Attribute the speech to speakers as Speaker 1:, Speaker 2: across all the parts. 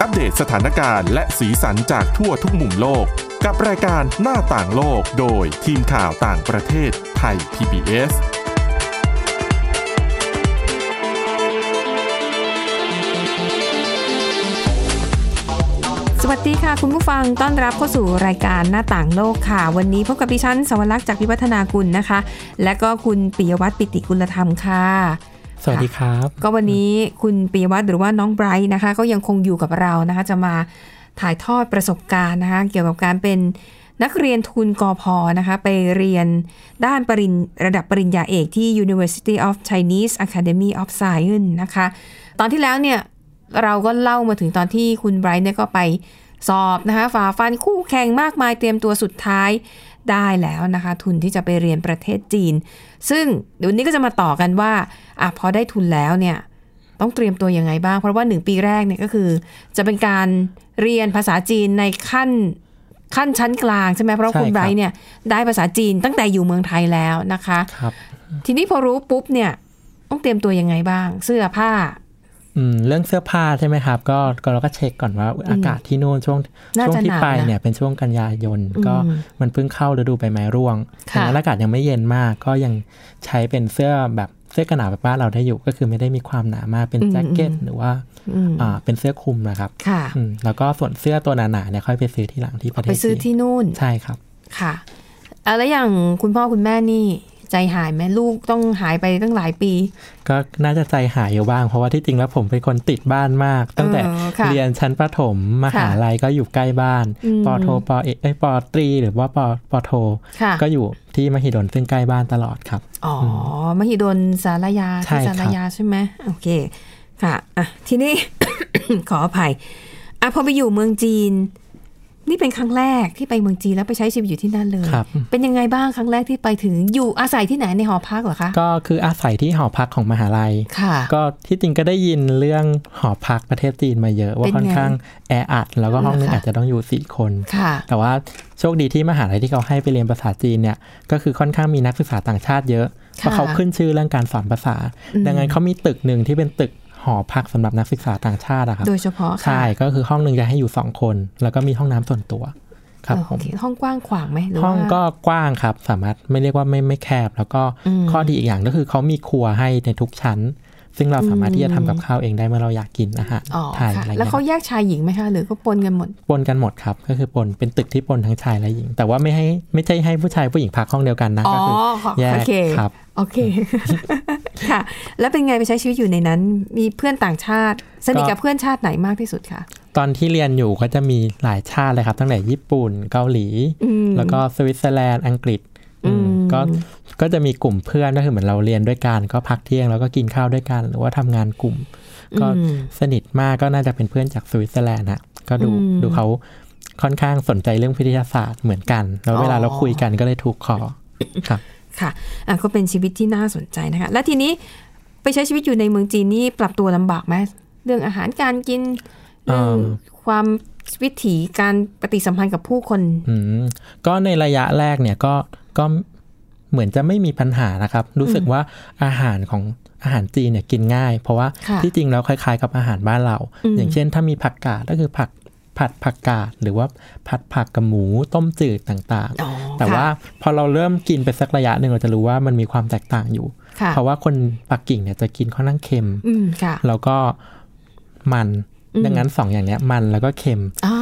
Speaker 1: อัปเดตสถานการณ์และสีสันจากทั่วทุกมุมโลก กับรายการหน้าต่างโลกโดยทีมข่าวต่างประเทศไทย PBS
Speaker 2: สวัสดีค่ะ คุณผู้ฟังต้อนรับเข้าสู่รายการหน้าต่างโลกค่ะ วันนี้พบกับดิฉันสวรักษ์จากวิวัฒนากุลนะคะ และก็คุณปิยวัตรปิติกุลธรรมค่ะ
Speaker 3: สวัสดีครับ
Speaker 2: ก็วันนี้คุณปิยวัฒน์หรือว่าน้องไบรท์นะคะ ก็ยังคงอยู่กับเรานะคะ จะมาถ่ายทอดประสบการณ์นะคะ เกี่ยวกับการเป็นนักเรียนทุนกอพอนะคะ ไปเรียนด้านปริญระดับปริญญาเอกที่ University of Chinese Academy of Science นะคะ ตอนที่แล้วเนี่ย เราก็เล่ามาถึงตอนที่คุณไบรท์เนี่ยก็ไปสอบนะคะฝ่าฟันคู่แข่งมากมายเตรียมตัวสุดท้ายได้แล้วนะคะ ทุนที่จะไปเรียนประเทศจีน ซึ่งเดี๋ยววันนี้ก็จะมาต่อกันว่าอ่ะพอได้ทุนแล้วเนี่ยต้องเตรียมตัวยังไงบ้าง เพราะว่าหนึ่งปีแรกเนี่ยก็คือ จะเป็นการเรียนภาษาจีนในขั้นขั้นชั้นกลางใช่ไหมเพราะว่าคุณ
Speaker 3: ใช่
Speaker 2: ไบ
Speaker 3: ครั
Speaker 2: ร
Speaker 3: บ
Speaker 2: ท์เนี่ยได้ภาษาจีนตั้งแต่อยู่เมืองไทยแล้วนะคะ
Speaker 3: ครับ
Speaker 2: ทีนี้พอรู้ปุ๊บเนี่ยต้องเตรียมตัวยังไงบ้าง เสื้อผ้า
Speaker 3: อืมเรื่องเสื้อผ้าใช่ไหมครับ ก็ก็เราก็เช็คก่อนว่าอากาศที่นู่นช่วง
Speaker 2: น่าจะ
Speaker 3: ช่วงที่
Speaker 2: หนาว
Speaker 3: ไป
Speaker 2: นะ
Speaker 3: เนี่ยเป็นช่วงกันยายน
Speaker 2: อืม
Speaker 3: ก็มันเพิ่งเข้าฤดูใบไม้ร่วง
Speaker 2: ค่ะ
Speaker 3: ดังนั้นอากาศยังไม่เย็นมาก ก็ยังใช้เป็นเสื้อแบบเสื้อกันหนาวแบบบ้านเราได้อยู่ ก็คือไม่ได้มีความหนามากเป็นแจ็คเก็ตหรือว่า
Speaker 2: อืม
Speaker 3: อ่าเป็นเสื้อคลุมนะครับ
Speaker 2: ค่ะ
Speaker 3: อืมแล้วก็ส่วนเสื้อตัวหนาๆเนี่ยค่อยไปซื้อที่หลังที่ประเท
Speaker 2: ไป
Speaker 3: ศ
Speaker 2: ซื้อ
Speaker 3: จีน
Speaker 2: ที่นู่น
Speaker 3: ใช่ครับ
Speaker 2: ค่ะเอาแล้วอย่างคุณพ่อคุณแม่นี่ ใจหายไหมลูกต้องหายไปตั้งหลายปี
Speaker 3: ก็น่าจะใจหายอยู่บ้าง เพราะว่าที่จริงแล้วผมเป็นคนติดบ้านมาก ตั้งแต่
Speaker 2: เออค่ะ
Speaker 3: เรียนชั้นประถมมหาลัยก็อยู่ใกล้บ้าน
Speaker 2: อืม
Speaker 3: ปอโทปอเอกเอ้ยปอตรี หรือว่าปอปอโท
Speaker 2: ค่ะ
Speaker 3: ก็อยู่ที่มหิดลซึ่งใกล้บ้านตลอดครับ
Speaker 2: อ๋อมหิดลสารยา
Speaker 3: ใช่
Speaker 2: ที่
Speaker 3: ครับ
Speaker 2: สารยาใช่ไหมโอเคค่ะอ่ะทีนี้ ขออภัยอ่ะพอไปอยู่เมืองจีน นี่เป็นครั้งแรกที่ไปเมืองจีนแล้วไปใช้ชีวิตอยู่ที่นั่นเลย
Speaker 3: ครับ
Speaker 2: เป็นยังไงบ้างครั้งแรกที่ไปถึงอยู่อาศัยที่ไหนในหอพักเหรอคะ
Speaker 3: ก็คืออาศัยที่หอพักของมหาลัย
Speaker 2: ค่ะ
Speaker 3: ก็ที่จริงก็ได้ยินเรื่องหอพักประเทศจีนมาเยอะ ว่า
Speaker 2: เป็นไง
Speaker 3: ค่อนข้างแออัด แล้วก็ห้องนึง
Speaker 2: เหรอคะ
Speaker 3: อาจจะต้องอยู่สี่คน
Speaker 2: ค่ะ
Speaker 3: แต่ว่าโชคดีที่มหาลัยที่เขาให้ไปเรียนภาษาจีนเนี่ยก็คือค่อนข้างมีนักศึกษาต่างชาติเยอะเพราะเขาขึ้นชื่อเรื่องการสอนภาษา
Speaker 2: อืม
Speaker 3: ดังนั้นเขามีตึกหนึ่งที่เป็นตึกหอพักสำหรับนักศึกษาต่างชาติอะครับ
Speaker 2: โดยเฉพาะ
Speaker 3: ใช่
Speaker 2: ค่ะ
Speaker 3: ก็คือห้องหนึ่งจะให้อยู่สองคน แล้วก็มีห้องน้ำส่วนตัวครับผ
Speaker 2: โอ
Speaker 3: ม
Speaker 2: เคห้องกว้างขวางไหมรือ
Speaker 3: ห้อง
Speaker 2: ว่า
Speaker 3: ก็กว้างครับ สามารถไม่เรียกว่าไม่ไม่แคบ แล้วก็
Speaker 2: อืม
Speaker 3: ข้อดีอีกอย่างก็คือเขามีครัวให้ในทุกชั้น ซึ่งเราสามารถที่จะทำกับข้าวเองได้เมื่อเราอยากกินอาหาร
Speaker 2: อ๋อ
Speaker 3: ไท
Speaker 2: ค่ะ
Speaker 3: ยอะไร
Speaker 2: แล้ว
Speaker 3: เงี้ย
Speaker 2: เขาแยกชายหญิงไหมคะหรือก็ปนกันหมด
Speaker 3: ปนกันหมดครับ ก็คือปนเป็นตึกที่ปนทั้งชายและหญิง แต่ว่าไม่ให้ไม่ใช่ให้ผู้ชายผู้หญิงพักห้องเดียวกันนะ
Speaker 2: อ๋อ
Speaker 3: ก็คืแย
Speaker 2: โอกเค
Speaker 3: ครับ
Speaker 2: โอ เค ค่ะ แล้วเป็นไงไปใช้ชีวิตอยู่ในนั้น มีเพื่อนต่างชาติ สนิท
Speaker 3: ก็
Speaker 2: กับเพื่อนชาติไหนมากที่สุดคะ
Speaker 3: ตอนที่เรียนอยู่ก็จะมีหลายชาติเลยครับตั้งแต่ญี่ปุ่นเกาหลี
Speaker 2: อืม
Speaker 3: แล้วก็สวิตเซอร์แลนด์อังกฤษ
Speaker 2: อืม
Speaker 3: อืมก็ก็จะมีกลุ่มเพื่อนก็คือเหมือนเราเรียนด้วยกันก็พักเที่ยงแล้วก็กินข้าวด้วยกัน หรือว่าทำงานกลุ่ม ก็
Speaker 2: อืม
Speaker 3: สนิทมากก็น่าจะเป็นเพื่อนจากสวิตเซอร์แลนด์ฮะก็ดู
Speaker 2: อืม
Speaker 3: ดูเขาค่อนข้างสนใจเรื่องวิทยาศาสตร์เหมือนกัน แล้วเวลาเราคุยกันก็เลยถูกคอครับ
Speaker 2: ค่ะอ่ะก็เป็นชีวิตที่น่าสนใจนะคะ และทีนี้ไปใช้ชีวิตอยู่ในเมืองจีนนี่ปรับตัวลำบากไหมเรื่องอาหารการกินเรื่อง
Speaker 3: อ่า
Speaker 2: ความวิถีการปฏิสัมพันธ์กับผู้คน
Speaker 3: อืมก็ในระยะแรกเนี่ยก็ก็เหมือนจะไม่มีปัญหานะครับ รู้สึกว่าอาหารของอาหารจีนเนี่ยกินง่าย เพราะว่า
Speaker 2: ค่ะ
Speaker 3: ที่จริงแล้วคล้ายๆกับอาหารบ้านเรา
Speaker 2: อืม
Speaker 3: อย่างเช่น ถ้ามีผักกาดก็คือผักผัดผักกาดหรือว่าผัดผักกับหมูต้มจืดต่าง
Speaker 2: อ๋อ
Speaker 3: ๆ แต่ว่าพอเราเริ่มกินไปสักระยะหนึ่งเราจะรู้ว่ามันมีความแตกต่างอยู่
Speaker 2: ค่ะ
Speaker 3: เพราะว่าคนปักกิ่งเนี่ยจะกินค่อนข้างเค็ม
Speaker 2: อืมค่ะ
Speaker 3: แล้วก็มัน
Speaker 2: อืม
Speaker 3: ดังนั้นสองอย่างเนี้ยมันแล้วก็เค็ม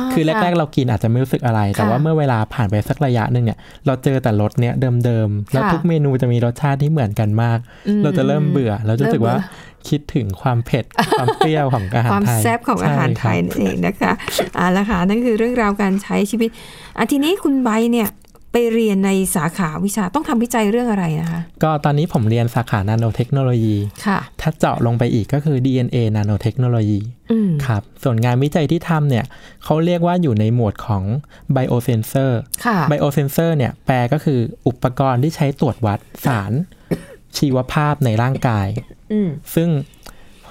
Speaker 2: า
Speaker 3: คือแรก ๆ เรากินอาจจะไม่รู้สึกอะไร แต่ว่าเมื่อเวลาผ่านไปสักระยะหนึ่งเนี่ย เราเจอแต่รสเนี้ยเดิมๆ แล้วทุกเมนูจะมีรสชาติที่เหมือนกันมาก
Speaker 2: อืม
Speaker 3: เราจะเริ่มเบื่อ เราจะรู้สึกว่า
Speaker 2: เริ่มเบื่
Speaker 3: คิดถึงความเผ็ด ความเปรี้ยวของอาหาร
Speaker 2: ความ
Speaker 3: ไทย
Speaker 2: แซ่บของอาหารไทย
Speaker 3: ใช่คบ
Speaker 2: นั่นเองนะคะ อ่าละค่ะนั่นคือเรื่องราวการใช้ชีวิตอ่ะทีนี้คุณใบเนี่ยไปเรียนในสาขาวิชาต้องทำวิจัยเรื่องอะไรนะคะ
Speaker 3: ก็ตอนนี้ผมเรียนสาขานาโนเทคโนโลยี
Speaker 2: ค่ะ
Speaker 3: ถ้าเจาะลงไปอีกก็คือ DNA นาโนเทคโนโลยี
Speaker 2: อืม
Speaker 3: ครับ ส่วนงานวิจัยที่ทำเนี่ยเขาเรียกว่าอยู่ในหมวดของ Biosensor
Speaker 2: ค่ะ
Speaker 3: ไบโอเซนเซอร์เนี่ยแปลก็คืออุปกรณ์ที่ใช้ตรวจวัดสาร ชีวภาพในร่างกาย
Speaker 2: อืม
Speaker 3: ซึ่ง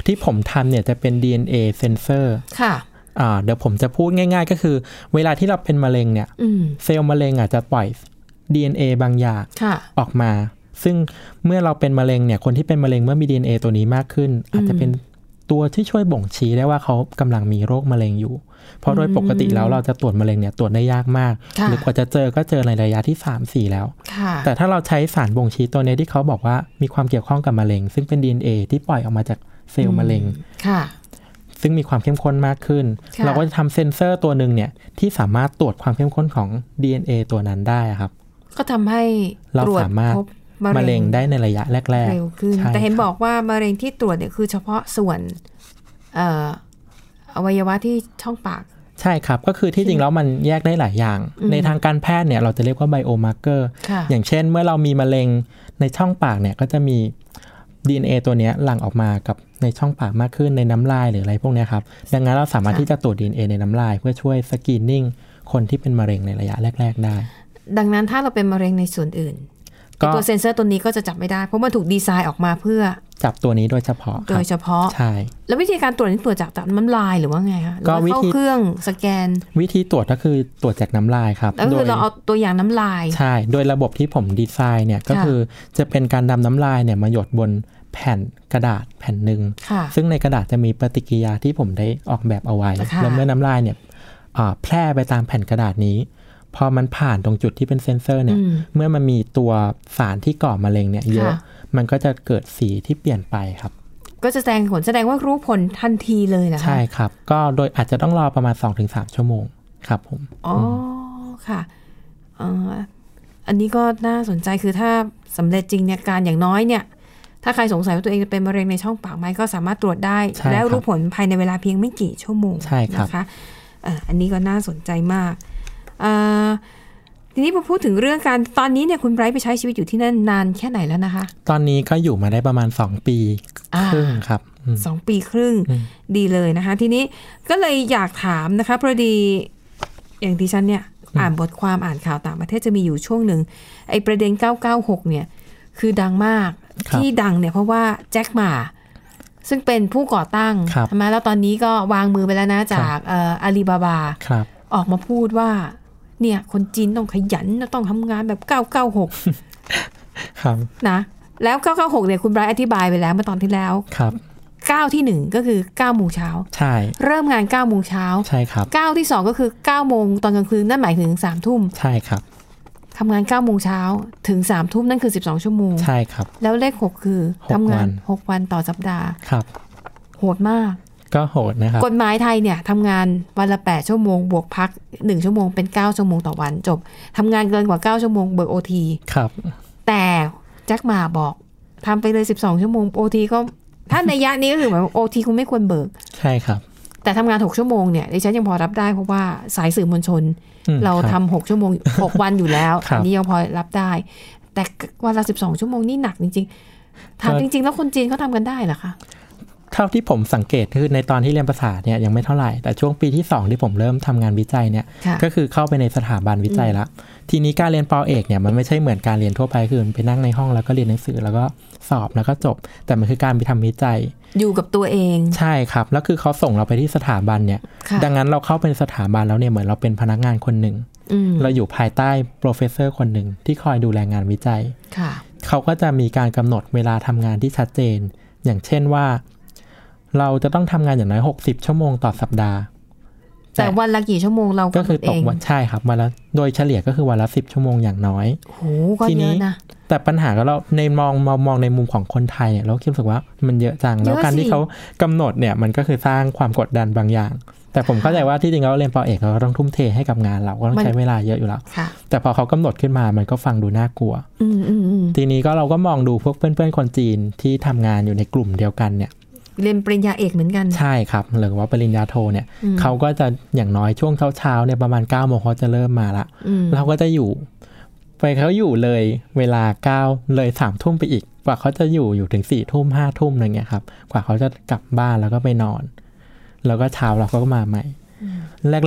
Speaker 3: ที่ผมทำเนี่ยจะเป็น DNA เซนเซอร์
Speaker 2: ค่ะ
Speaker 3: อ่าเดี๋ยวผมจะพูดง่ายๆ ก็คือ เวลาที่เราเป็นมะเร็งเนี่ย
Speaker 2: อืม
Speaker 3: เซลล์มะเร็งอาจจะปล่อย DNA บางอย่าง
Speaker 2: ค่ะ
Speaker 3: ออกมา ซึ่งเมื่อเราเป็นมะเร็งเนี่ยคนที่เป็นมะเร็งเมื่อมี DNA ตัวนี้มากขึ้น อาจจะเป็น ตัวที่ช่วยบ่งชี้ได้ว่าเขากำลังมีโรคมะเร็งอยู่ เพราะโดยปกติแล้วเราจะตรวจมะเร็งเนี่ยตรวจได้ยากมาก
Speaker 2: ค่ะ
Speaker 3: หรือกว่าจะเจอก็เจอในระยะที่ 3 4 แล้ว
Speaker 2: ค่ะ
Speaker 3: แต่ถ้าเราใช้สารบ่งชี้ตัวเนี้ที่เขาบอกว่ามีความเกี่ยวข้องกับมะเร็ง ซึ่งเป็น DNA ที่ปล่อยออกมาจากเซลล์มะเร็ง
Speaker 2: ค่ะ
Speaker 3: ซึ่งมีความเข้มข้นมากขึ้น
Speaker 2: ค่ะ
Speaker 3: เราก็จะทำเซ็นเซอร์ตัวหนึ่งเนี่ยที่สามารถตรวจความเข้มข้นของ DNA ตัวนั้นได้อะครับ
Speaker 2: ก็ทำให้
Speaker 3: เรา
Speaker 2: ตรวจ
Speaker 3: สามารถ
Speaker 2: พบ
Speaker 3: มะเร็งได้ในระยะแรก
Speaker 2: เร็วขึ้น
Speaker 3: ใช่
Speaker 2: แต่เห็น
Speaker 3: ครับ
Speaker 2: บอกว่ามะเร็งที่ตรวจเนี่ยคือเฉพาะส่วนเอ่ออวัยวะที่ช่องปาก
Speaker 3: ใช่ครับ ก็คือที่จริงแล้วมันแยกได้หลายอย่าง
Speaker 2: อืม
Speaker 3: ในทางการแพทย์เนี่ยเราจะเรียกว่าไบโอมาร์เกอร์
Speaker 2: ค่ะ
Speaker 3: อย่างเช่นเมื่อเรามีมะเร็งในช่องปากเนี่ยก็จะมี DNA ตัวเนี้ยหลั่งออกมากับในช่องปากมากขึ้นในน้ำลายหรืออะไรพวกเนี้ยครับ ดังนั้นเราสามารถ
Speaker 2: ค่ะ
Speaker 3: ที่จะตรวจ DNA ในน้ำลายเพื่อช่วยสกรีนนิ่งคนที่เป็นมะเร็งในระยะแรก ๆ ได้
Speaker 2: ดังนั้นถ้าเราเป็นมะเร็งในส่วนอื่น
Speaker 3: ก็
Speaker 2: ตัวเซ็นเซอร์ตัวนี้ก็จะจับไม่ได้ เพราะมันถูกดีไซน์ออกมาเพื่อ
Speaker 3: จับตัวนี้โดยเฉพาะ
Speaker 2: โด
Speaker 3: ครับ
Speaker 2: ยเฉพาะ
Speaker 3: ใช่
Speaker 2: แล้ววิธีการตรวจนี่ตรวจจากจากน้ำลายหรือว่าไงคะหรือ
Speaker 3: ก็
Speaker 2: ว่า
Speaker 3: วิ
Speaker 2: เข้า
Speaker 3: ธี
Speaker 2: เครื่องสแกน
Speaker 3: วิธีตรวจก็คือตรวจจากน้ำลายครับ
Speaker 2: แล้วก็คื
Speaker 3: โดย
Speaker 2: อเราเอาตัวอย่างน้ำลาย
Speaker 3: ใช่ โดยระบบที่ผมดีไซน์เนี่ยก็
Speaker 2: ค่ะ
Speaker 3: คือจะเป็นการนำน้ำลายเนี่ยมาหยดบนแผ่นกระดาษแผ่นหนึ่ง
Speaker 2: ค่ะ
Speaker 3: ซึ่งในกระดาษจะมีปฏิกิริยาที่ผมได้ออกแบบเอาไว้
Speaker 2: ค่ะ
Speaker 3: แล้วเมื่อน้ำลายเนี่ยอ่าแพร่ไปตามแผ่นกระดาษนี้ พอมันผ่านตรงจุดที่เป็นเซนเซอร์เนี่ย
Speaker 2: อืม
Speaker 3: เมื่อมันมีตัวสารที่ก่อมะเร็งเนี่ยเยอะ
Speaker 2: ค่ะ
Speaker 3: มันก็จะเกิดสีที่เปลี่ยนไปครับ
Speaker 2: ก็จะแสดงผลแสดงว่ารู้ผลทันทีเลยนะคะ
Speaker 3: ใช่ครับ ก็โดยอาจจะต้องรอประมาณ 2-3 ชั่วโมงครับผม
Speaker 2: อ๋อค่ะเอ่ออันนี้ก็น่าสนใจคือถ้าสำเร็จจริงเนี่ยการอย่างน้อยเนี่ย ถ้าใครสงสัยว่าตัวเองเป็นมะเร็งในช่องปากไหมก็สามารถตรวจได้
Speaker 3: ใช่ครับ
Speaker 2: และรู้ผลภายในเวลาเพียงไม่กี่ชั่วโมง
Speaker 3: ใช่ครับ
Speaker 2: นะคะเอ่ออันนี้ก็น่าสนใจมากเอ่อทีนี้พอพูดถึงเรื่องการตอนนี้เนี่ยคุณไบรท์ไปใช้ชีวิตอยู่ที่นั่นนานแค่ไหนแล้วนะคะ
Speaker 3: ตอนนี้ก็อยู่มาได้ประมาณ 2 ปี
Speaker 2: อ่า
Speaker 3: ครึ่งครับอืม
Speaker 2: สองปีครึ่ง
Speaker 3: อืม
Speaker 2: ดีเลยนะคะ ทีนี้ก็เลยอยากถามนะคะพอดีอย่างที่ฉันเนี่ยอ่านบทความอ่านข่าวต่างประเทศจะมีอยู่ช่วงหนึ่งไอ้ประเด็น 996 เนี่ย คือดังมาก
Speaker 3: ครับ
Speaker 2: ที่ดังเนี่ยเพราะว่าแจ็คหมา ซึ่งเป็นผู้ก่อตั้ง
Speaker 3: ครับ
Speaker 2: ใช่ไหมแล้วตอนนี้ก็วางมือไปแล้วนะจา
Speaker 3: ครั
Speaker 2: ก
Speaker 3: บ
Speaker 2: อาลีบาบา
Speaker 3: ครับ
Speaker 2: ออกมาพูดว่า เนี่ย คนจีนต้องขยันต้องทำงานแบบ 996
Speaker 3: ครับ
Speaker 2: นะแล้ว 996 เนี่ยคุณไบรท์อธิบายไปแล้วเมื่อตอนที่แล้ว
Speaker 3: ครับ
Speaker 2: 9 ทีหนึ่1 ก็คือ9โมงเช้า
Speaker 3: ใช่
Speaker 2: เริ่มงาน9โมงเช้า
Speaker 3: ใช่ครับ
Speaker 2: 9ที่ 2 ก็คือ9โมงตอนกลางคืน นั่นหมายถึง3ทุ่ม
Speaker 3: ใช่ครับ
Speaker 2: ทำงาน9โมงเช้าถึง3ทุ่มนั่นคือ 12 ชั่วโมง
Speaker 3: ใช่ครับ
Speaker 2: แล้วเลข 6 คือ
Speaker 3: หก
Speaker 2: ทำงาน
Speaker 3: วัน
Speaker 2: 6 วันต่อสัปดาห์
Speaker 3: ครับ
Speaker 2: โหดมาก
Speaker 3: ก็โหดนะครับ
Speaker 2: กฎหมายไทยเนี่ยทำงานวันละ 8 ชั่วโมง บวกพัก 1 ชั่วโมงเป็น 9 ชั่วโมงต่อวันจบทำงานเกินกว่า 9 ชั่วโมงเบิกโอที
Speaker 3: ครับ
Speaker 2: แต่แจ็คมาบอกทำไปเลย 12 ชั่วโมงโอทีก็ถ้าในยะนี้ก็คือหมายว่าโอทีคุณไม่ควรเบิก
Speaker 3: ใช่ครับ
Speaker 2: แต่ทำงาน 6 ชั่วโมงเนี่ยดิฉันยังพอรับได้เพราะว่าสายสื่อมวลชน
Speaker 3: อืม
Speaker 2: เรา
Speaker 3: คบ
Speaker 2: ทำหกชั่วโมง หกวันอยู่แล้ว
Speaker 3: ครับ
Speaker 2: อันนี้ยังพอรับได้ แต่วันละสิบสองชั่วโมงนี่หนักจริงๆถามจริง ๆ แล้วคนจีนเขาทำกันได้เหรอคะ
Speaker 3: เท่าที่ผมสังเกตคือในตอนที่เรียนภาษาเนี่ยยังไม่เท่าไหร่ แต่ช่วงปีที่ 2 ที่ผมเริ่มทำงานวิจัยเนี่ย
Speaker 2: ค่ะ
Speaker 3: ก็คือเข้าไปในสถาบันวิจัยละทีนี้การเรียนปอเอกเนี่ยมันไม่ใช่เหมือนการเรียนทั่วไปคือมันไปนั่งในห้องแล้วก็เรียนหนังสือแล้วก็สอบแล้วก็จบ แต่มันคือการไปทำวิจัย
Speaker 2: อยู่กับตัวเอง
Speaker 3: ใช่ครับ แล้วคือเขาส่งเราไปที่สถาบันเนี่ย
Speaker 2: ค่ะ
Speaker 3: ดังนั้นเราเข้าเป็นสถาบันแล้วเนี่ยเหมือนเราเป็นพนักงานคนหนึ่ง
Speaker 2: อืม
Speaker 3: เราอยู่ภายใต้โปรเฟสเซอร์คนหนึ่งที่คอยดูแลงานวิจัย
Speaker 2: ค่ะ
Speaker 3: เขาก็จะมีการกำหนดเวลาทำงานที่ชัดเจน อย่างเช่นว่า เราจะต้องทำงานอย่างน้อย 60 ชั่วโมงต่อสัปดาห์
Speaker 2: แต่วันละกี่ชั่วโมงเรา
Speaker 3: ก็คือตก
Speaker 2: ำห
Speaker 3: วัน
Speaker 2: ดเง
Speaker 3: ใช่ครับวันละโดยเฉลี่ยก็คือวันละ 10 ชั่วโมงอย่างน้อย
Speaker 2: โอ้โหก็
Speaker 3: ที
Speaker 2: เย
Speaker 3: นี้
Speaker 2: อะนะ
Speaker 3: แต่ปัญหาก็เราในมองมองมองในมุมของคนไทยเนี่ยเราคิดรู้สึกว่ามันเยอะจัง แล้ว
Speaker 2: เยอะ
Speaker 3: การที่
Speaker 2: สิ
Speaker 3: เขากำหนดเนี่ยมันก็คือสร้างความกดดันบางอย่าง แต่ผมเข้าใจว่าที่จริงแล้วเรียนปอเอกเราก็ต้องทุ่มเทให้กับงานเราก็ต้องใช้เวลาเยอะอยู่แล้ว
Speaker 2: ค่ะ
Speaker 3: แต่พอเขากำหนดขึ้นมามันก็ฟังดูน่ากลัว
Speaker 2: อืมอืมอืม
Speaker 3: ทีนี้ก็เราก็มองดูพวกเพื่อนๆคนจีนที่ทำงานอยู่ในกลุ่มเดียวกันเนี่ย
Speaker 2: เรียนปริญญาเอกเหมือนกัน
Speaker 3: ใช่ครับ หรือว่าปริญญาโทเนี่ย
Speaker 2: อืม
Speaker 3: เขาก็จะอย่างน้อยช่วงเช้าๆเนี่ยประมาณ9ก้าโมงเขาจะเริ่มมาละ
Speaker 2: อืม
Speaker 3: เราก็จะอยู่ ไปเขาอยู่เลยเวลา9ก้าเลยสามทุ่มไปอีก กว่าเขาจะอยู่อยู่ถึงสี่ทุ่มห้าทุ่มอะไรเงี้ยครับ กว่าเขาจะกลับบ้านแล้วก็ไปนอน แล้วก็เช้าเราก็มาใหม่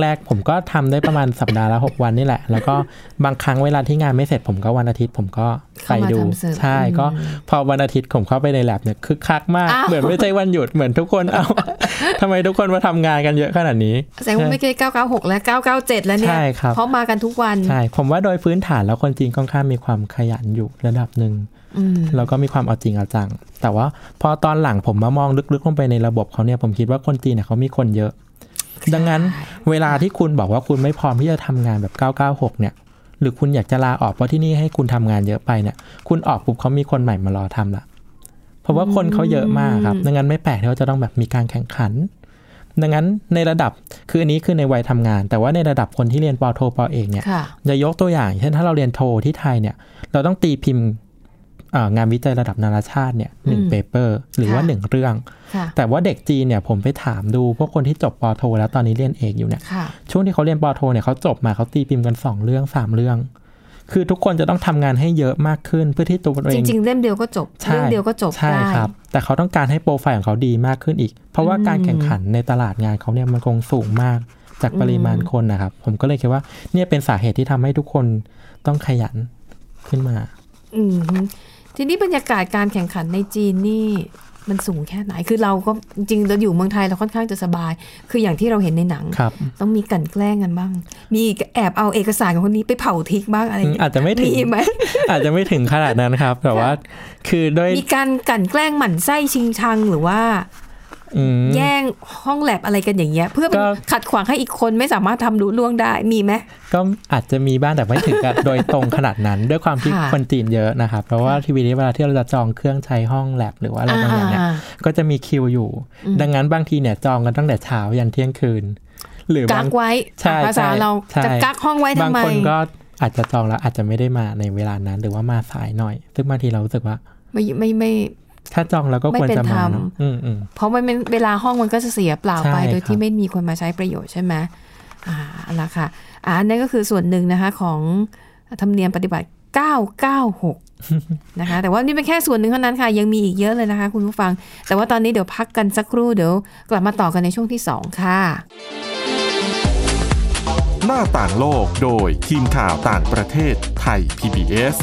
Speaker 3: แรก ๆ ผมก็ทำได้ประมาณ สัปดาห์ละหกวันนี่แหละ แล้วก็บางครั้งเวลาที่งานไม่เสร็จผมก็วันอาทิตย์ ผมก็ไป
Speaker 2: เข้ามา
Speaker 3: ดู
Speaker 2: ทำเสริม
Speaker 3: ใช่ก็พอวันอาทิตย์ผมเข้าไปในแลบเนี่ยคึกคักมาก
Speaker 2: อ้าว
Speaker 3: เหมือนไม่ใช่วันหยุดเหมือนทุกคนเอา ทำไมทุกคนมาทำงานกันเยอะขนาดนี้
Speaker 2: แสดงว่าไม่ใช่996 แล้ว 997 แล้วเนี่ย
Speaker 3: ใช่ครับ
Speaker 2: เพราะมากันทุกวัน
Speaker 3: ใช่ผมว่าโดยพื้นฐานแล้วคนจีนค่อนข้างมีความขยันอยู่ระดับหนึ่ง
Speaker 2: อืม
Speaker 3: แล้วก็มีความเอาจริงเอาจัง แต่ว่าพอตอนหลังผมมามองลึกๆลงไปในระบบเขาเนี่ยผมคิดว่าคนจีนเนี่ยเขามีคนเยอะ ดังนั้นเวลาที่คุณบอกว่าคุณไม่พร้อมที่จะทำงานแบบ 996 เนี่ย หรือคุณอยากจะลาออกเพราะที่นี่ให้คุณทำงานเยอะไปเนี่ย คุณออกปุ๊บเขามีคนใหม่มารอทำละ เพราะว่าคนเขาเยอะมากครับ ดังนั้นไม่แปลกที่เขาจะต้องแบบมีการแข่งขัน ดังนั้นในระดับคืออันนี้คือในวัยทำงาน แต่ว่าในระดับคนที่เรียนปอโทปอเอกเนี่ย
Speaker 2: ค่ะ
Speaker 3: จะยกตัวอย่าง เช่นถ้าเราเรียนโทที่ไทยเนี่ย เราต้องตีพิมพ์เอ่องานวิจัยระดับนานาชาติเนี่ยหนึ่ง
Speaker 2: อืม
Speaker 3: เปเปอร์หรือว่า
Speaker 2: ค่ะ
Speaker 3: หนึ่งเรื่อง
Speaker 2: ค่ะ
Speaker 3: แต่ว่าเด็กจีนเนี่ยผมไปถามดูพวกคนที่จบปอโท แล้วตอนนี้เรียนเอกอยู่เนี่ย
Speaker 2: ค่ะ
Speaker 3: ช่วงที่เขาเรียนปอโทเนี่ยเขาจบมาเขาตีพิมพ์กันสองเรื่องสามเรื่อง คือทุกคนจะต้องทำงานให้เยอะมากขึ้นเพื่อที่ตัวเอ
Speaker 2: จ
Speaker 3: ง
Speaker 2: ริง ๆ เล่มเดียวก็จบ
Speaker 3: ใช่
Speaker 2: เรื่องเดียวก็จบ
Speaker 3: ใช่
Speaker 2: ได้
Speaker 3: ครับ แต่เขาต้องการให้โปรไฟล์ของเขาดีมากขึ้นอีก เพราะว่าการแข่งขันในตลาดงานเขาเนี่ยมันคงสูงมากจากปริมาณคนนะครับ ผมก็เลยคิดว่าเนี่ยเป็นสาเหตุที่ทำให้ทุกคนต้องขยันขึ้นมา
Speaker 2: อืมทีนี้บรรยากาศการแข่งขันในจีนนี่มันสูงแค่ไหน คือเราก็จริงๆเราอยู่เมืองไทยเราค่อนข้างจะสบาย คืออย่างที่เราเห็นในหนัง
Speaker 3: ครับ
Speaker 2: ต้องมีกลันแกล้งกันบ้าง มีแอบเอาเอกสารของคนนี้ไปเผาทิ้งบ้างอะไร อย่างเงี้ย
Speaker 3: อาจจะไม่ถึง
Speaker 2: มีไหม
Speaker 3: อาจจะไม่ถึงขนาดนั้นครับ แต่ว่าคือด้วย
Speaker 2: มีการกลันแกล้งหมั่นไส้ชิงชังหรือว่า
Speaker 3: อืม
Speaker 2: แย่งห้องแลบอะไรกันอย่างเงี้ย เพื่อเป็น
Speaker 3: ก็
Speaker 2: ขัดขวางให้อีกคนไม่สามารถทำรู้ล่วงได้มีไหม
Speaker 3: ก็อาจจะมีบ้างแต่ไม่ถึงกับ โดยตรงขนาดนั้น ด้วยความที่
Speaker 2: ค่ะ
Speaker 3: คนจีนเยอะนะครับ เพราะว่าทีวีนี้เวลาที่เราจะจองเครื่องใช้ห้องแลบหรือว่าอะไรบางอย่างเนี่ย
Speaker 2: อ่า
Speaker 3: ก็จะมีคิวอยู่
Speaker 2: อืม
Speaker 3: ดังนั้นบางทีเนี่ยจองกันตั้งแต่เช้ายันเที่ยงคืน หรื
Speaker 2: ๆกับ
Speaker 3: อาก ง
Speaker 2: ไว้
Speaker 3: ใช่
Speaker 2: ภาษา
Speaker 3: ใช่
Speaker 2: เรา
Speaker 3: ใช่
Speaker 2: จะกักห้องไว้ทำ
Speaker 3: บาง
Speaker 2: ไม
Speaker 3: คนก็อาจจะจองแล้วอาจจะไม่ได้มาในเวลานั้น หรือว่ามาสายหน่อย ซึ่งบางทีเรารู้สึกว่า
Speaker 2: ไม่ไม่ไม่
Speaker 3: ถ้าจองแล้วก็ควรจะ
Speaker 2: ไม่เป็
Speaker 3: มา
Speaker 2: นธรรม
Speaker 3: เนอะอืมอืม
Speaker 2: เพราะมันเป็นเวลาห้องมันก็จะเสียเปล่าไป
Speaker 3: ใช่
Speaker 2: โดย
Speaker 3: ครับ
Speaker 2: ที่ไม่มีคนมาใช้ประโยชน์ใช่ไหมอ่าละค่ะอ่าอันนั่นก็คือส่วนหนึ่งนะคะของธรรมเนียมปฏิบัติ 996 นะคะ แต่ว่านี่เป็นแค่ส่วนหนึ่งเท่านั้นค่ะ ยังมีอีกเยอะเลยนะคะคุณผู้ฟัง แต่ว่าตอนนี้เดี๋ยวพักกันสักครู่เดี๋ยวกลับมาต่อกันในช่วงที่ 2 ค่ะ
Speaker 1: หน้าต่างโลกโดยทีมข่าวต่างประเทศไทย PBS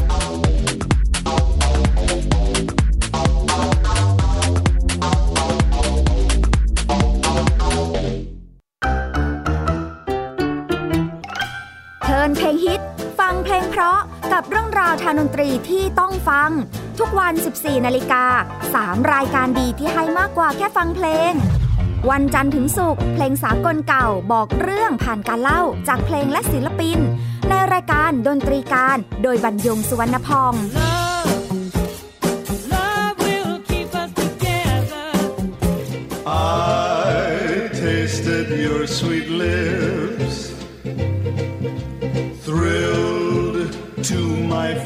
Speaker 4: เทิร์นเพลงฮิต ฟังเพลงเพราะกับเรื่องราวทางดนตรีที่ต้องฟัง ทุกวัน 14 นาฬิกา 3 รายการดีที่ให้มากกว่าแค่ฟังเพลง วันจันทร์ถึงศุกร์เพลงสากลเก่าบอกเรื่องผ่านการเล่าจากเพลงและศิลปิน ในรายการดนตรีการโดยบรรยงสุวรรณพองษ์
Speaker 5: Love, love will keep us together.
Speaker 6: I tasted your sweet lips, thrilled to my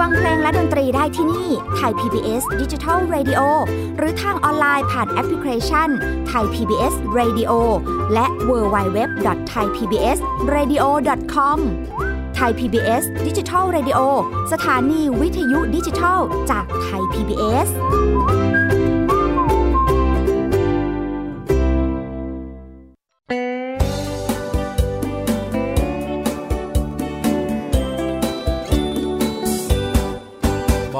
Speaker 4: ฟังเพลงและดนตรีได้ที่นี่ ไทย PBS Digital Radio หรือทางออนไลน์ผ่านแอปพลิเคชัน ไทย PBS Radio และ w w w t h a i p b s r a d i o c o m ไทย PBS Digital Radio สถานีวิทยุดิจิทัลจากไทย PBS
Speaker 7: บ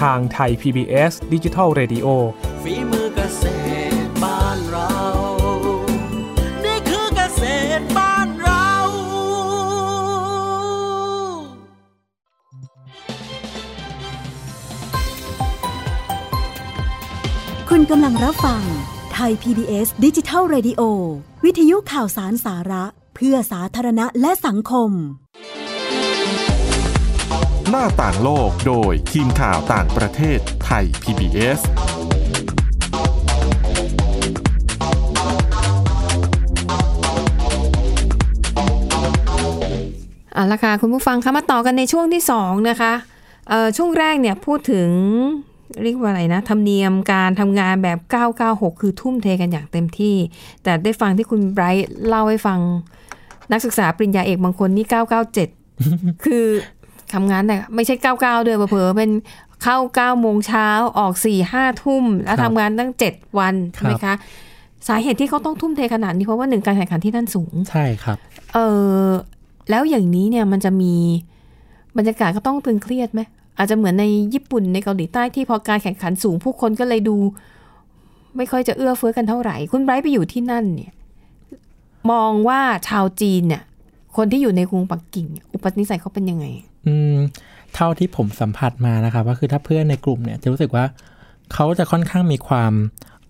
Speaker 8: ทางไทย PBS Digital Radio
Speaker 7: ฝีมือเกษตรบ้านเรา นี่คือเกษตรบ้านเรา
Speaker 9: คุณกำลังรับฟังไทย PBS ดิจิทัล Radio วิทยุข่าวสารสาระ เพื่อสาธารณะและสังคม
Speaker 1: หน้าต่างโลกโดยทีมข่าวต่างประเทศไทย PBS
Speaker 2: เอาละค่ะคุณผู้ฟังคะมาต่อกันในช่วงที่สองนะคะเอ่อช่วงแรกเนี่ยพูดถึงเรียกว่าอะไรนะธรรมเนียมการทำงานแบบ 996 คือทุ่มเทกันอย่างเต็มที่ แต่ได้ฟังที่คุณไบรท์เล่าให้ฟังนักศึกษาปริญญาเอกบางคนนี่ 997 คือทำงานแต่ยไม่ใช่ 99 ด้วยเผลอๆเป็นเข้า 9 โมงเช้าออก 4 5 ทุ่ม แล้ว
Speaker 3: ครับ
Speaker 2: ทำงานตั้ง 7 วันใช่ไหม
Speaker 3: ครั
Speaker 2: คะ
Speaker 3: บ
Speaker 2: สาเหตุที่เขาต้องทุ่มเทขนาดนี้เพราะว่าหนึ่งการแข่งขันที่นั่นสูง
Speaker 3: ใช่ครับ
Speaker 2: เออแล้วอย่างนี้เนี่ยมันจะมีบรรยากาศก็ต้องตึงเครียดไหมอาจจะเหมือนในญี่ปุ่นในเกาหลีใต้ที่พอการแข่งขันสูงผู้คนก็เลยดู ไม่ค่อยจะเอื้อเฟื้อกันเท่าไหร่ คุณไบรท์ไปอยู่ที่นั่นเนี่ย มองว่าชาวจีนเนี่ย คนที่อยู่ในกรุงปักกิ่งเนี่ยอุปนิสัยเขาเป็นยังไง
Speaker 3: อืมเท่าที่ผมสัมผัสมานะครับว่าคือถ้าเพื่อนในกลุ่มเนี่ยจะรู้สึกว่าเขาจะค่อนข้างมีความ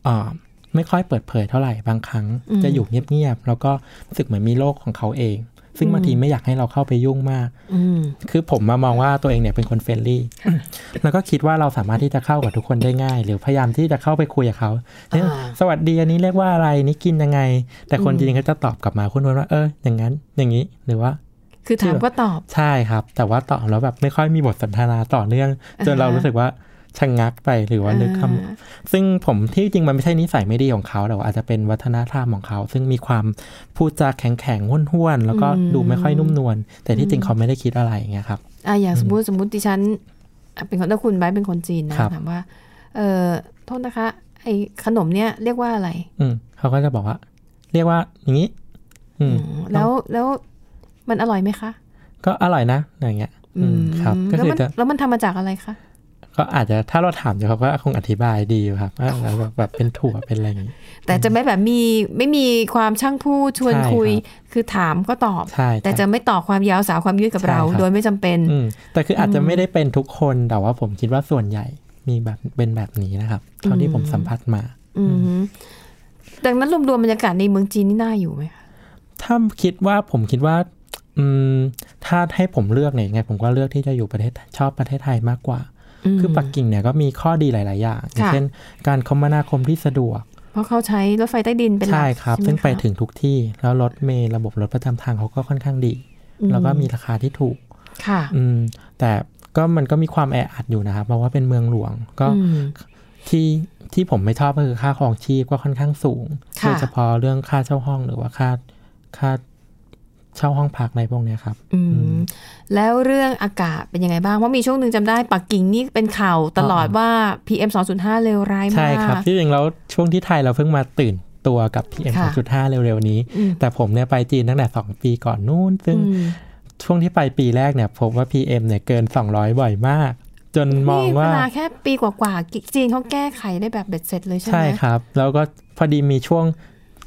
Speaker 3: เอ่อไม่ค่อยเปิดเผยเท่าไหร่บางครั้ง
Speaker 2: อืม
Speaker 3: จะอยู่เงียบๆแล้วก็รู้สึกเหมือนมีโลกของเขาเอง ซึ่ง
Speaker 2: อืม
Speaker 3: บางทีไม่อยากให้เราเข้าไปยุ่งมาก
Speaker 2: อืม
Speaker 3: คือผมมามองว่าตัวเองเนี่ยเป็นคนเฟรนลี่ แล้วก็คิดว่าเราสามารถที่จะเข้ากับทุกคนได้ง่าย หรือพยายามที่จะเข้าไปคุยกับเขาเช่น
Speaker 2: อ่า
Speaker 3: สวัสดีอันนี้เรียกว่าอะไรนี่กินยังไง แต่คนจีนก็จะตอบกลับมาคุณว่าเอออย่างนั้นอย่างนี้หรือว่า
Speaker 2: คือถามก็ตอบ
Speaker 3: ใช่ครับ แต่ว่าตอบแล้วแบบไม่ค่อยมีบทสนทนาต่อเนื่อง
Speaker 2: อ่าฮะ
Speaker 3: จนเรารู้สึกว่าชะงงักไปหรือว่านึกค
Speaker 2: อ่า
Speaker 3: ำซึ่งผมที่จริงมันไม่ใช่นิสัยไม่ดีของเขาแต่ว่าอาจจะเป็นวัฒนธรรมของเขา ซึ่งมีความพูดจาแข็งแข็งๆห้วนๆแล้วก็ดูไม่ค่อยนุ่มนวลแต่ที่จริงเขาไม่ได้คิดอะไรอย่างเงี้ยครับ
Speaker 2: อ่ะอย่างสมมติสมมติดิฉันอ่ะเป็นคนถ้าคุณไบรท์เป็นคนจีนนะครับ ถามว่า เออโทษนะคะ ไอขนมเนี่ยเรียกว่าอะไร
Speaker 3: อืมเขาก็จะบอกว่า เรียกว่าอย่างนี้ อืม
Speaker 2: อืมแล้วแล้วมันอร่อยไหมคะ
Speaker 3: ก็อร่อยนะอย่างเงี้ย อืมครับ ก็
Speaker 2: แล้ว
Speaker 3: คือ
Speaker 2: มัน
Speaker 3: จะ
Speaker 2: แล้วมันทำมาจากอะไรคะ
Speaker 3: ก็อาจจะถ้าเราถามอยู่ครับก็คงอธิบายดีอยู่ครับว่าแล้วแบบแบบเป็นถั่วเป็นอะไรอย่างงี้
Speaker 2: แต่จะไม่แบบมีไม่มีความช่างพูดชวน
Speaker 3: ใช่
Speaker 2: คุย
Speaker 3: ครั
Speaker 2: คือถามก็ตอบ
Speaker 3: ใช่
Speaker 2: แต่
Speaker 3: ครับ
Speaker 2: จะไม่ต่อความยาวสาวความยืดกับ
Speaker 3: ใช่
Speaker 2: เรา
Speaker 3: ครับ
Speaker 2: โดยไม่จำเป็น
Speaker 3: อืมแต่คืออาจจะไม่ได้เป็นทุกคนแต่ว่าผมคิดว่าส่วนใหญ่มีแบบเป็นแบบนี้นะครับ เท่าที่ผมสัมผัสมา
Speaker 2: อืมดังนั้นรวมๆบรรยากาศในเมืองจีนนี่น่าอยู่ไหมคะ
Speaker 3: ถ้าคิดว่าผมคิดว่า อืมถ้าให้ผมเลือกเนี่ยยังไง ผมก็เลือกที่จะอยู่ประเทศชอบประเทศไทยมากกว่า
Speaker 2: ม
Speaker 3: คือปักกิ่งเนี่ยก็มีข้อดีหลาย ๆ อย่างอย่าง
Speaker 2: ค่ะ
Speaker 3: เช่น การคมนาคมที่สะดวก
Speaker 2: เพราะเขาใช้รถไฟใต้ดินเป็นหลัก
Speaker 3: ใช่ครับ
Speaker 2: หม
Speaker 3: ซึ่งไป
Speaker 2: คะ
Speaker 3: ถึงทุกที่ แล้วรถเมล์ระบบรถประจำทางเขาก็ค่อนข้างดี แล้วก็มีราคาที่ถูก
Speaker 2: ค่ะ
Speaker 3: อืม แต่ก็มันก็มีความแออัดอยู่นะครับ เพราะว่าเป็นเมืองหลวงก็
Speaker 2: อืม
Speaker 3: ที่ที่ผมไม่ชอบก็คือค่าครองชีพก็ค่อนข้างสูง
Speaker 2: ค่ะ
Speaker 3: โดยเฉพาะเรื่องค่าเช่าห้องหรือว่าค่าค่าเช่าห้องพักในพวกเนี้ยครับ
Speaker 2: อืมแล้วเรื่องอากาศเป็นยังไงบ้าง เพราะมีช่วงหนึ่งจำได้ปักกิ่งนี่เป็นข่าวตลอดว่า PM 2.5เลวร้ายมาก
Speaker 3: ใช่ครับ ที่จริงแล้วช่วงที่ไทยเราเพิ่งมาตื่นตัวกับ PM
Speaker 2: ค่ะ
Speaker 3: 2.5 เร็วๆนี้
Speaker 2: อืม
Speaker 3: แต่ผมเนี่ยไปจีนตั้งแต่ 2 ปีก่อนนู่น ซึ่ง
Speaker 2: อืม
Speaker 3: ช่วงที่ไปปีแรกเนี่ยพบว่า PM เนี่ยเกิน 200 บ่อยมาก จนมอง
Speaker 2: นี่
Speaker 3: ว่า
Speaker 2: เวลาแค่ปีกว่าๆจีนเขาแก้ไขได้แบบเบ็ดเสร็จเลยใช่ไหม
Speaker 3: ใช่ครับ แล้วก็พอดีมีช่วง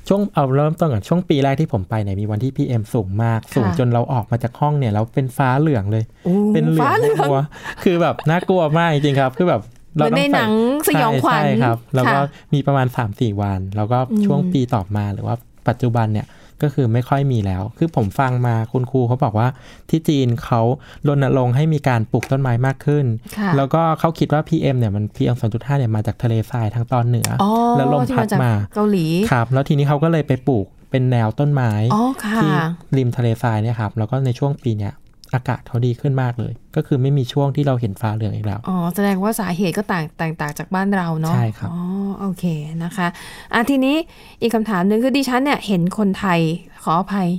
Speaker 3: ช่วงเอาเริ่มต้นก่อนช่วงปีแรกที่ผมไปเนี่ยมีวันที่ PM สูงมาก สูงจนเราออกมาจากห้องเนี่ยแล้วเป็นฟ้าเหลืองเลย
Speaker 2: โอ้
Speaker 3: เป็นเหลือ
Speaker 2: ฟ้างเหลือง
Speaker 3: หัวคือแบบน่ากลัวมากจริงๆครับ คือแบบ
Speaker 2: เหมือนใน
Speaker 3: ใส่
Speaker 2: หนังสยองขวัญ
Speaker 3: ใช่ใช่ครับ แล้วก็
Speaker 2: ค่ะ
Speaker 3: มีประมาณ 3 4 วัน แล้วก็ช่วง
Speaker 2: อืม
Speaker 3: ปีต่อมาหรือว่าปัจจุบันเนี่ยก็คือไม่ค่อยมีแล้ว คือผมฟังมาคุณครูเขาบอกว่าที่จีนเขารณรงค์ให้มีการปลูกต้นไม้มากขึ้น
Speaker 2: ค่ะ
Speaker 3: แล้วก็เขาคิดว่า PM เนี่ยมัน PM 2.5เนี่ยมาจากทะเลทรายทางตอนเหนืออ
Speaker 2: อ๋อ
Speaker 3: แล้วลม
Speaker 2: ที่
Speaker 3: พัด
Speaker 2: จก
Speaker 3: มา
Speaker 2: เกาหลี
Speaker 3: ครับ แล้วทีนี้เขาก็เลยไปปลูกเป็นแนวต้นไม้
Speaker 2: อ๋อค่ะ
Speaker 3: ที่ริมทะเลทรายเนี่ยครับ แล้วก็ในช่วงปีเนี้ยอากาศเขาดีขึ้นมากเลย ก็คือไม่มีช่วงที่เราเห็นฟ้าเหลืองอีกแล้ว
Speaker 2: อ๋อ แสดงว่าสาเหตุก็ต่างต่างต่างจากบ้านเราเนาะ
Speaker 3: ใช่ครับ
Speaker 2: อ๋อโอเคนะคะอ่ะทีนี้อีกคำถามหนึ่งคือดิฉันเนี่ยเห็นคนไทยขออภัย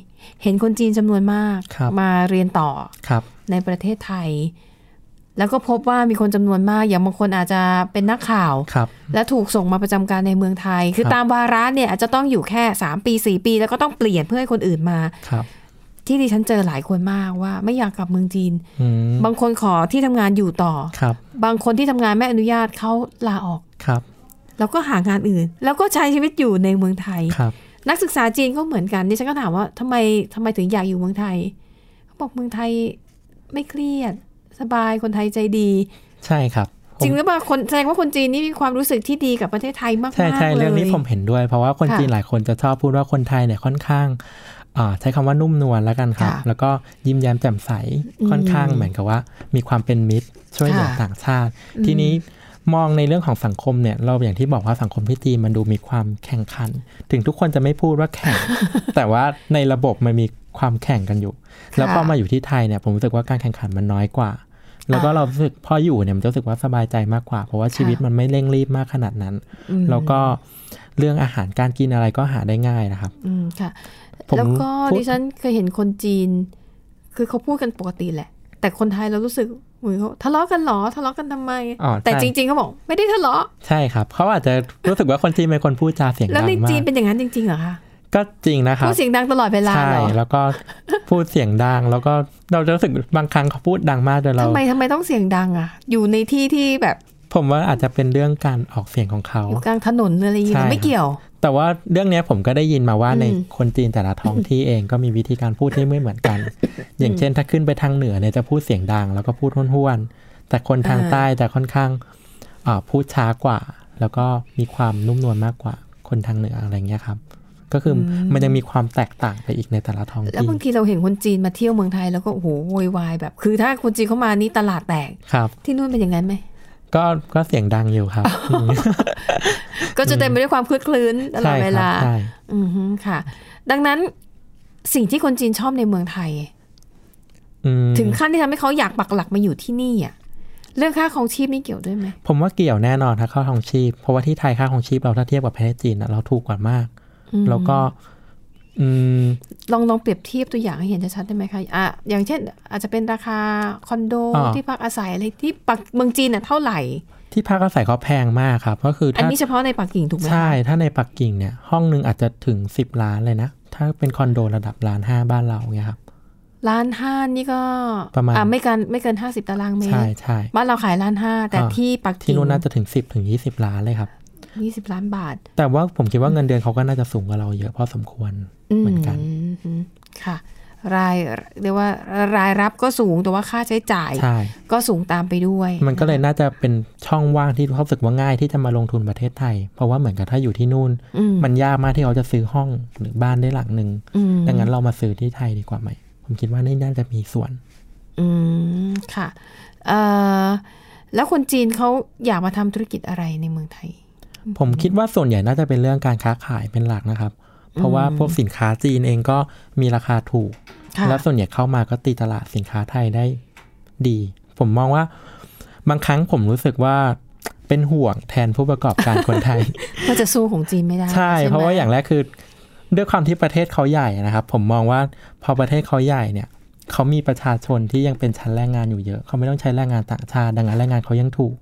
Speaker 2: เห็นคนจีนจำนวนมาก
Speaker 3: ครับ
Speaker 2: มาเรียนต่อ
Speaker 3: ครับ
Speaker 2: ในประเทศไทย แล้วก็พบว่ามีคนจำนวนมาก อย่างบางคนอาจจะเป็นนักข่าว
Speaker 3: ครับ
Speaker 2: และถูกส่งมาประจำการในเมืองไทย คือ
Speaker 3: ครับ
Speaker 2: ตามวาระเนี่ยอาจจะต้องอยู่แค่ 3 ปี 4 ปี แล้วก็ต้องเปลี่ยนเพื่อให้คนอื่นมา
Speaker 3: ครับ
Speaker 2: ที่ดิฉันเจอหลายคนมากว่าไม่อยากกลับเมืองจีน
Speaker 3: อืม
Speaker 2: บางคนขอที่ทำงานอยู่ต่อ
Speaker 3: ครับ
Speaker 2: บางคนที่ทำงานไม่อนุญาตเขาลาออก
Speaker 3: ครับ
Speaker 2: แล้วก็หางานอื่น แล้วก็ใช้ชีวิตอยู่ในเมืองไทย
Speaker 3: ครับ
Speaker 2: นักศึกษาจีนก็เหมือนกันดิฉันก็ถามว่าทำไมทำไมถึงอยากอยู่เมืองไทยเขาบอกเมืองไทยไม่เครียด สบายคนไทยใจดี
Speaker 3: ใช่ครับผม
Speaker 2: จริงหรือเปล่าคนแสดงว่าคนจีนนี่มีความรู้สึกที่ดีกับประเทศไทยมากๆ
Speaker 3: ใช่ใช่
Speaker 2: เลย
Speaker 3: เรื่องนี้ผมเห็นด้วย เพราะว่าคน
Speaker 2: ค่ะ
Speaker 3: จีนหลายคนจะชอบพูดว่าคนไทยเนี่ยค่อนข้างอ่าใช้คำว่านุ่มนวลแล้วกันครับ
Speaker 2: ค่ะ
Speaker 3: แล้วก็ยิ้มแย้มแจ่มใส
Speaker 2: อืม
Speaker 3: ค่อนข้างเหมือนกับว่า มีความเป็นมิตรช่วยเหลือ
Speaker 2: ค่ะ
Speaker 3: ต่างชาติ ทีนี้มองในเรื่องของสังคมเนี่ยเราอย่างที่บอกว่าสังคมที่จีนมันดูมีความแข่งขัน ถึงทุกคนจะไม่พูดว่าแข่ง แต่ว่าในระบบมันมีความแข่งกันอยู่
Speaker 2: ะ
Speaker 3: แล้วพอมาอยู่ที่ไทยเนี่ยผมรู้สึกว่าการแข่งขันมันน้อยกว่า แล้วก็เรารู้สึกพออยู่เนี่ยมันจะรู้สึกว่าสบายใจมากกว่า เพราะว่าชีวิตมันไม่เร่งรีบมากขนาดนั้น แล้วก็เรื่องอาหารการกินอะไรก็หาได้ง่ายนะครับ
Speaker 2: อืมค่ะ
Speaker 3: ผม
Speaker 2: แล้วก็
Speaker 3: พูด
Speaker 2: ดิฉันเคยเห็นคนจีน คือเขาพูดกันปกติแหละ แต่คนไทยเรารู้สึกเหมือนเขาทะเลาะกันเหรอทะเลาะกันทำไม
Speaker 3: อ๋อใช่
Speaker 2: แต่จริงๆเขาบอกไม่ได้ทะเลาะ
Speaker 3: ใช่ครับเขาอาจจะรู้สึกว่าคนจีนเป็นคนพูดจาเสียง
Speaker 2: แล้
Speaker 3: ดั
Speaker 2: ว
Speaker 3: ง
Speaker 2: ใน
Speaker 3: มา
Speaker 2: จีน
Speaker 3: ก
Speaker 2: เป็นอย่างนั้นจริงๆเหรอคะ
Speaker 3: ก็จริงนะครั
Speaker 2: พู
Speaker 3: บ
Speaker 2: ดเสียงดังตลอดเวลา
Speaker 3: ใช่
Speaker 2: เหรอ
Speaker 3: แล้วก็พูดเสียงดังแล้วก็เราจะรู้สึกบางครั้งเขาพูดดังมากจนเรา
Speaker 2: ทำไมทำไมต้องเสียงดังอ่ะ อยู่ในที่ที่แบบ
Speaker 3: ผมว่าอาจจะเป็นเรื่องการออกเสียงของเขา
Speaker 2: อยู่กลางถนนหรืออะไรอย่างเงี้ย
Speaker 3: ใช่
Speaker 2: เหรอไม่เกี่ยว
Speaker 3: แต่ว่าเรื่องเนี้ยผมก็ได้ยินมาว่า
Speaker 2: อืม
Speaker 3: ในคนจีนแต่ละ ท้องที่เองก็มีวิธีการพูดที่ไม่เหมือนกัน อย่างเช่นถ้าขึ้นไปทางเหนือเนี่ยจะพูดเสียงดัง แล้วก็พูดห้วนๆแต่คนทางใต้จะค่อนข้างอ่าพูดช้ากว่า แล้วก็มีความนุ่มนวลมากกว่า คนทางเหนืออะไรเงี้ยครับ ก็คืออมันยังมีความแตกต่างไปอีกในแต่ละท้อง
Speaker 2: แล้ว
Speaker 3: ที่
Speaker 2: บางทีเราเห็นคนจีนมาเที่ยวเมืองไทยแล้วก็โอ้โหโวยวายแบบ คือถ้าคนจีนเข้ามานี่ตลาดแตก
Speaker 3: ครับ
Speaker 2: ที่นู่นเป็นอย่างนั้นไหม
Speaker 3: ก็ก็เสียงดังอยู่ครับม
Speaker 2: ก็จะเต็มไปด้วยความคลืดคลื้น ตลอ
Speaker 3: ใช่
Speaker 2: ดเว
Speaker 3: ครับ
Speaker 2: ลา
Speaker 3: ใช่
Speaker 2: อือฮึค่ะ ดังนั้นสิ่งที่คนจีนชอบในเมืองไทย
Speaker 3: อืม
Speaker 2: ถึงขั้นที่ทำให้เขาอยากปักหลักมาอยู่ที่นี่อ่ะเรื่องค่าของชีพนี่เกี่ยวด้วยไหม
Speaker 3: ผมว่าเกี่ยวแน่นอนครับค่าของชีพ เพราะว่าที่ไทยค่าของชีพเราถ้าเทียบกับประเทศจีนนะเราถูกกว่ามาก
Speaker 2: อืม
Speaker 3: แล้วก็ อืม
Speaker 2: ลองลองเปรียบเทียบตัวอย่างให้เห็นชัดๆได้ไหมคะอ่ะอย่างเช่น อาจจะเป็นราคาคอนโดที่พักอาศัยอะไรที่ปักเมืองจีนน่ะเท่าไหร่
Speaker 3: ที่พักอาศัยเขาแพงมากครับ ก็คือ
Speaker 2: อัน
Speaker 3: ถ้า
Speaker 2: นี้เฉพาะในปักกิ่งถูกไหมคะ
Speaker 3: ใช่ถ้าในปักกิ่งเนี่ย ห้องหนึงอาจจะถึง 10 ล้านเลยนะ ถ้าเป็นคอนโดระดับล้านห้าบ้านเราเนี่ยครับ
Speaker 2: ร้านห้านี่ก็
Speaker 3: ประมาณ
Speaker 2: อ่ไม่เกินไม่เกินห้าสิบตารางเมต
Speaker 3: ใช่
Speaker 2: ร
Speaker 3: ใช่
Speaker 2: บ้านเราขายร้านห้าแต่ที่ปัก
Speaker 3: ที่
Speaker 2: กิ่ง
Speaker 3: นู้นน่าจะถึง 10ถึง20 ล้านเลยครับ
Speaker 2: ยี่สิบล้านบาท
Speaker 3: แต่ว่าผมคิดว่าเงินเดือนเขาก็น่าจะสูงกว่าเราเยอะพอสมควรเหมือนกัน
Speaker 2: มค่ะ รายเรียกว่ารายรับก็สูงแต่ว่าค่าใช้จ่าย
Speaker 3: ใช่
Speaker 2: ก็สูงตามไปด้วย
Speaker 3: มันก็เลยน่าจะเป็นช่องว่างที่เขาสึกว่าง่ายที่จะมาลงทุนประเทศไทย เพราะว่าเหมือนกับถ้าอยู่ที่นู่น
Speaker 2: อืม
Speaker 3: มันยากมากที่เขาจะซื้อห้องหรือบ้านได้หลังหนึ่ง
Speaker 2: อืม
Speaker 3: ดังนั้นเรามาซื้อที่ไทยดีกว่าไหม ผมคิดว่านี่น่าจะมีส่วน
Speaker 2: อืมค่ะเอ่อแล้วคนจีนเขาอยากมาทำธุรกิจอะไรในเมืองไทย
Speaker 3: ผมคิดว่าส่วนใหญ่น่าจะเป็นเรื่องการค้าขายเป็นหลักนะครับ เพราะว่าพวกสินค้าจีนเองก็มีราคาถูก
Speaker 2: ค่ะ
Speaker 3: แล้วส่วนใหญ่เข้ามาก็ตีตลาดสินค้าไทยได้ดี ผมมองว่า บางครั้งผมรู้สึกว่าเป็นห่วงแทนผู้ประกอบการคนไทย
Speaker 2: ก็จะสู้ของจีนไม่ได้
Speaker 3: ใช่
Speaker 2: ไหม
Speaker 3: เพราะว่าอย่างแรกคือด้วยความที่ประเทศเขาใหญ่นะครับ ผมมองว่าพอประเทศเขาใหญ่เนี่ยเขามีประชาชนที่ยังเป็นชั้นแรงงานอยู่เยอะ เขาไม่ต้องใช้แรงงานต่างชาติ ดังนั้นแรงงานเขายังถูก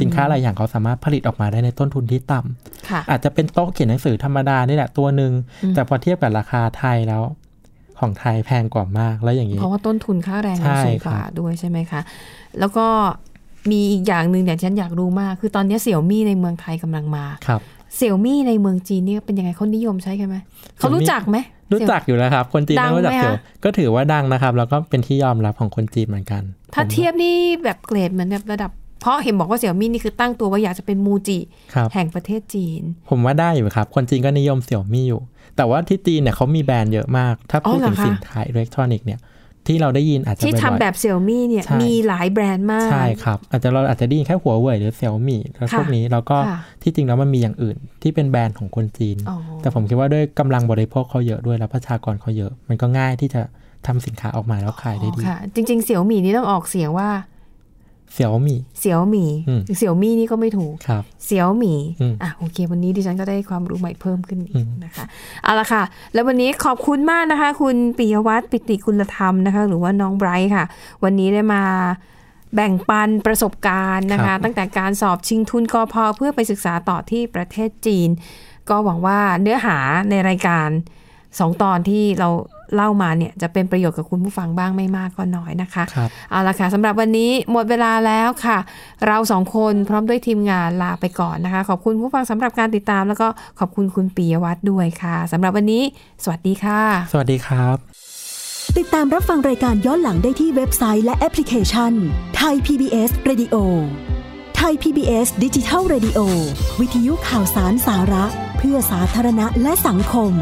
Speaker 3: สินค้าหลายอย่างเขาสามารถผลิตออกมาได้ในต้นทุนที่ต่ำ
Speaker 2: ค่ะ
Speaker 3: อาจจะเป็นโต๊ะเขียนหนังสือธรรมดานี่แหละตัวหนึ่งแต่พอเทียบกับราคาไทยแล้ว ของไทยแพงกว่ามากแล้วอย่างนี้
Speaker 2: เพราะว่าต้นทุนค่าแรง
Speaker 3: ใช่
Speaker 2: มันสูงกว่า
Speaker 3: ครับ
Speaker 2: ด้วยใช่ไหมคะ แล้วก็มีอีกอย่างหนึ่งเนี่ยฉันอยากรู้มาก คือตอนนี้เสี่ยวมี่ในเมืองไทยกำลังมา
Speaker 3: ครับ
Speaker 2: เสี่ยวมี่ในเมืองจีนนี่เป็นยังไงเขานิยมใช้กันไหมเขารู้จักไหม
Speaker 3: รู้จักอยู่แล้วครับ คนจีน
Speaker 2: ดัง
Speaker 3: รู้จัก
Speaker 2: ไหม
Speaker 3: เกี่ยว
Speaker 2: คะ
Speaker 3: ก็ถือว่าดังนะครับ แล้วก็เป็นที่ยอมรับของคนจีนเหมือนกัน
Speaker 2: ถ้า
Speaker 3: ผม
Speaker 2: เทียบนี่แบบเกรดเหมือนแบบระดับ เพราะเห็นบอกว่าเสี่ยวมี่นี่คือตั้งตัวว่าอยากจะเป็นมูจิ
Speaker 3: ครับ
Speaker 2: แห่งประเทศจีน
Speaker 3: ผมว่าได้อยู่ครับ คนจีนก็นิยมเสี่ยวมี่อยู่ แต่ว่าที่จีนเนี่ยเขามีแบรนด์เยอะมาก ถ้าพู
Speaker 2: อ๋
Speaker 3: ด
Speaker 2: อเหรอ
Speaker 3: ถึง
Speaker 2: คะ
Speaker 3: สินค้าอิเล็กทรอนิกส์เนี่ย ที่เราได้ยินอาจจะ
Speaker 2: ที่ทำ
Speaker 3: บ่อยๆ
Speaker 2: แบบเสี่ยวมี่เนี่ย
Speaker 3: ใช่
Speaker 2: มีหลายแบรนด์มาก
Speaker 3: ใช่ครับ อาจจะเราอาจจะได้ยินแค่หัวเว่ยหรือเซี่ยวมี่แล้วพวกนี้แล้วก็
Speaker 2: ค่ะ
Speaker 3: ที่จริงแล้วมันมีอย่างอื่น ที่เป็นแบรนด์ของคนจีน
Speaker 2: อ๋อ
Speaker 3: แต่ผมคิดว่าด้วยกำลังบริโภคเขาเยอะด้วยแล้วประชากรเขาเยอะ มันก็ง่ายที่จะทำสินค้าออกมาแล้วขายได้ดี
Speaker 2: ค่ะ จริง ๆ เสี่ยวมี่นี่ต้องออกเสียงว่า
Speaker 3: เซี่ยวมี่
Speaker 2: เสี่ยวหมี่
Speaker 3: อืม
Speaker 2: เสี่ยวมี่นี่ก็ไม่ถูก
Speaker 3: ครับ
Speaker 2: เสี่ยวหมี่
Speaker 3: อืม
Speaker 2: อ่ะโอเค วันนี้ดิฉันก็ได้ความรู้ใหม่เพิ่มขึ้นอี
Speaker 3: อื
Speaker 2: ก
Speaker 3: ม
Speaker 2: นะคะเอาละค่ะ แล้ววันนี้ขอบคุณมากนะคะ คุณปิยวัฒน์ปิติกุลธรรมนะคะ หรือว่าน้องไบรท์ค่ะ วันนี้ได้มา แบ่งปันประสบการณ์นะ
Speaker 3: ครั
Speaker 2: คะ
Speaker 3: บ
Speaker 2: ตั้งแต่การสอบชิงทุนกอพอเพื่อไปศึกษาต่อที่ประเทศจีน ก็หวังว่าเนื้อหาในรายการสองตอนที่เราเล่ามาเนี่ยจะเป็นประโยชน์กับคุณผู้ฟังบ้างไม่มากก็น้อยนะคะ
Speaker 3: ครับ
Speaker 2: เอาละค่ะสำหรับวันนี้หมดเวลาแล้วค่ะ เราสองคนพร้อมด้วยทีมงานลาไปก่อนนะคะ ขอบคุณผู้ฟังสำหรับการติดตาม แล้วก็ขอบคุณคุณปียวัตรด้วยค่ะสำหรับวันนี้ สวัสดีค่ะ
Speaker 3: สวัสดีครับ
Speaker 9: ติดตามรับฟังรายการย้อนหลังได้ที่เว็บไซต์และแอปพลิเคชันไทย PBS Radio ไทย PBS ดิจิทัล Radio วิทยุข่าวสารสาระ เพื่อสาธารณะและสังคม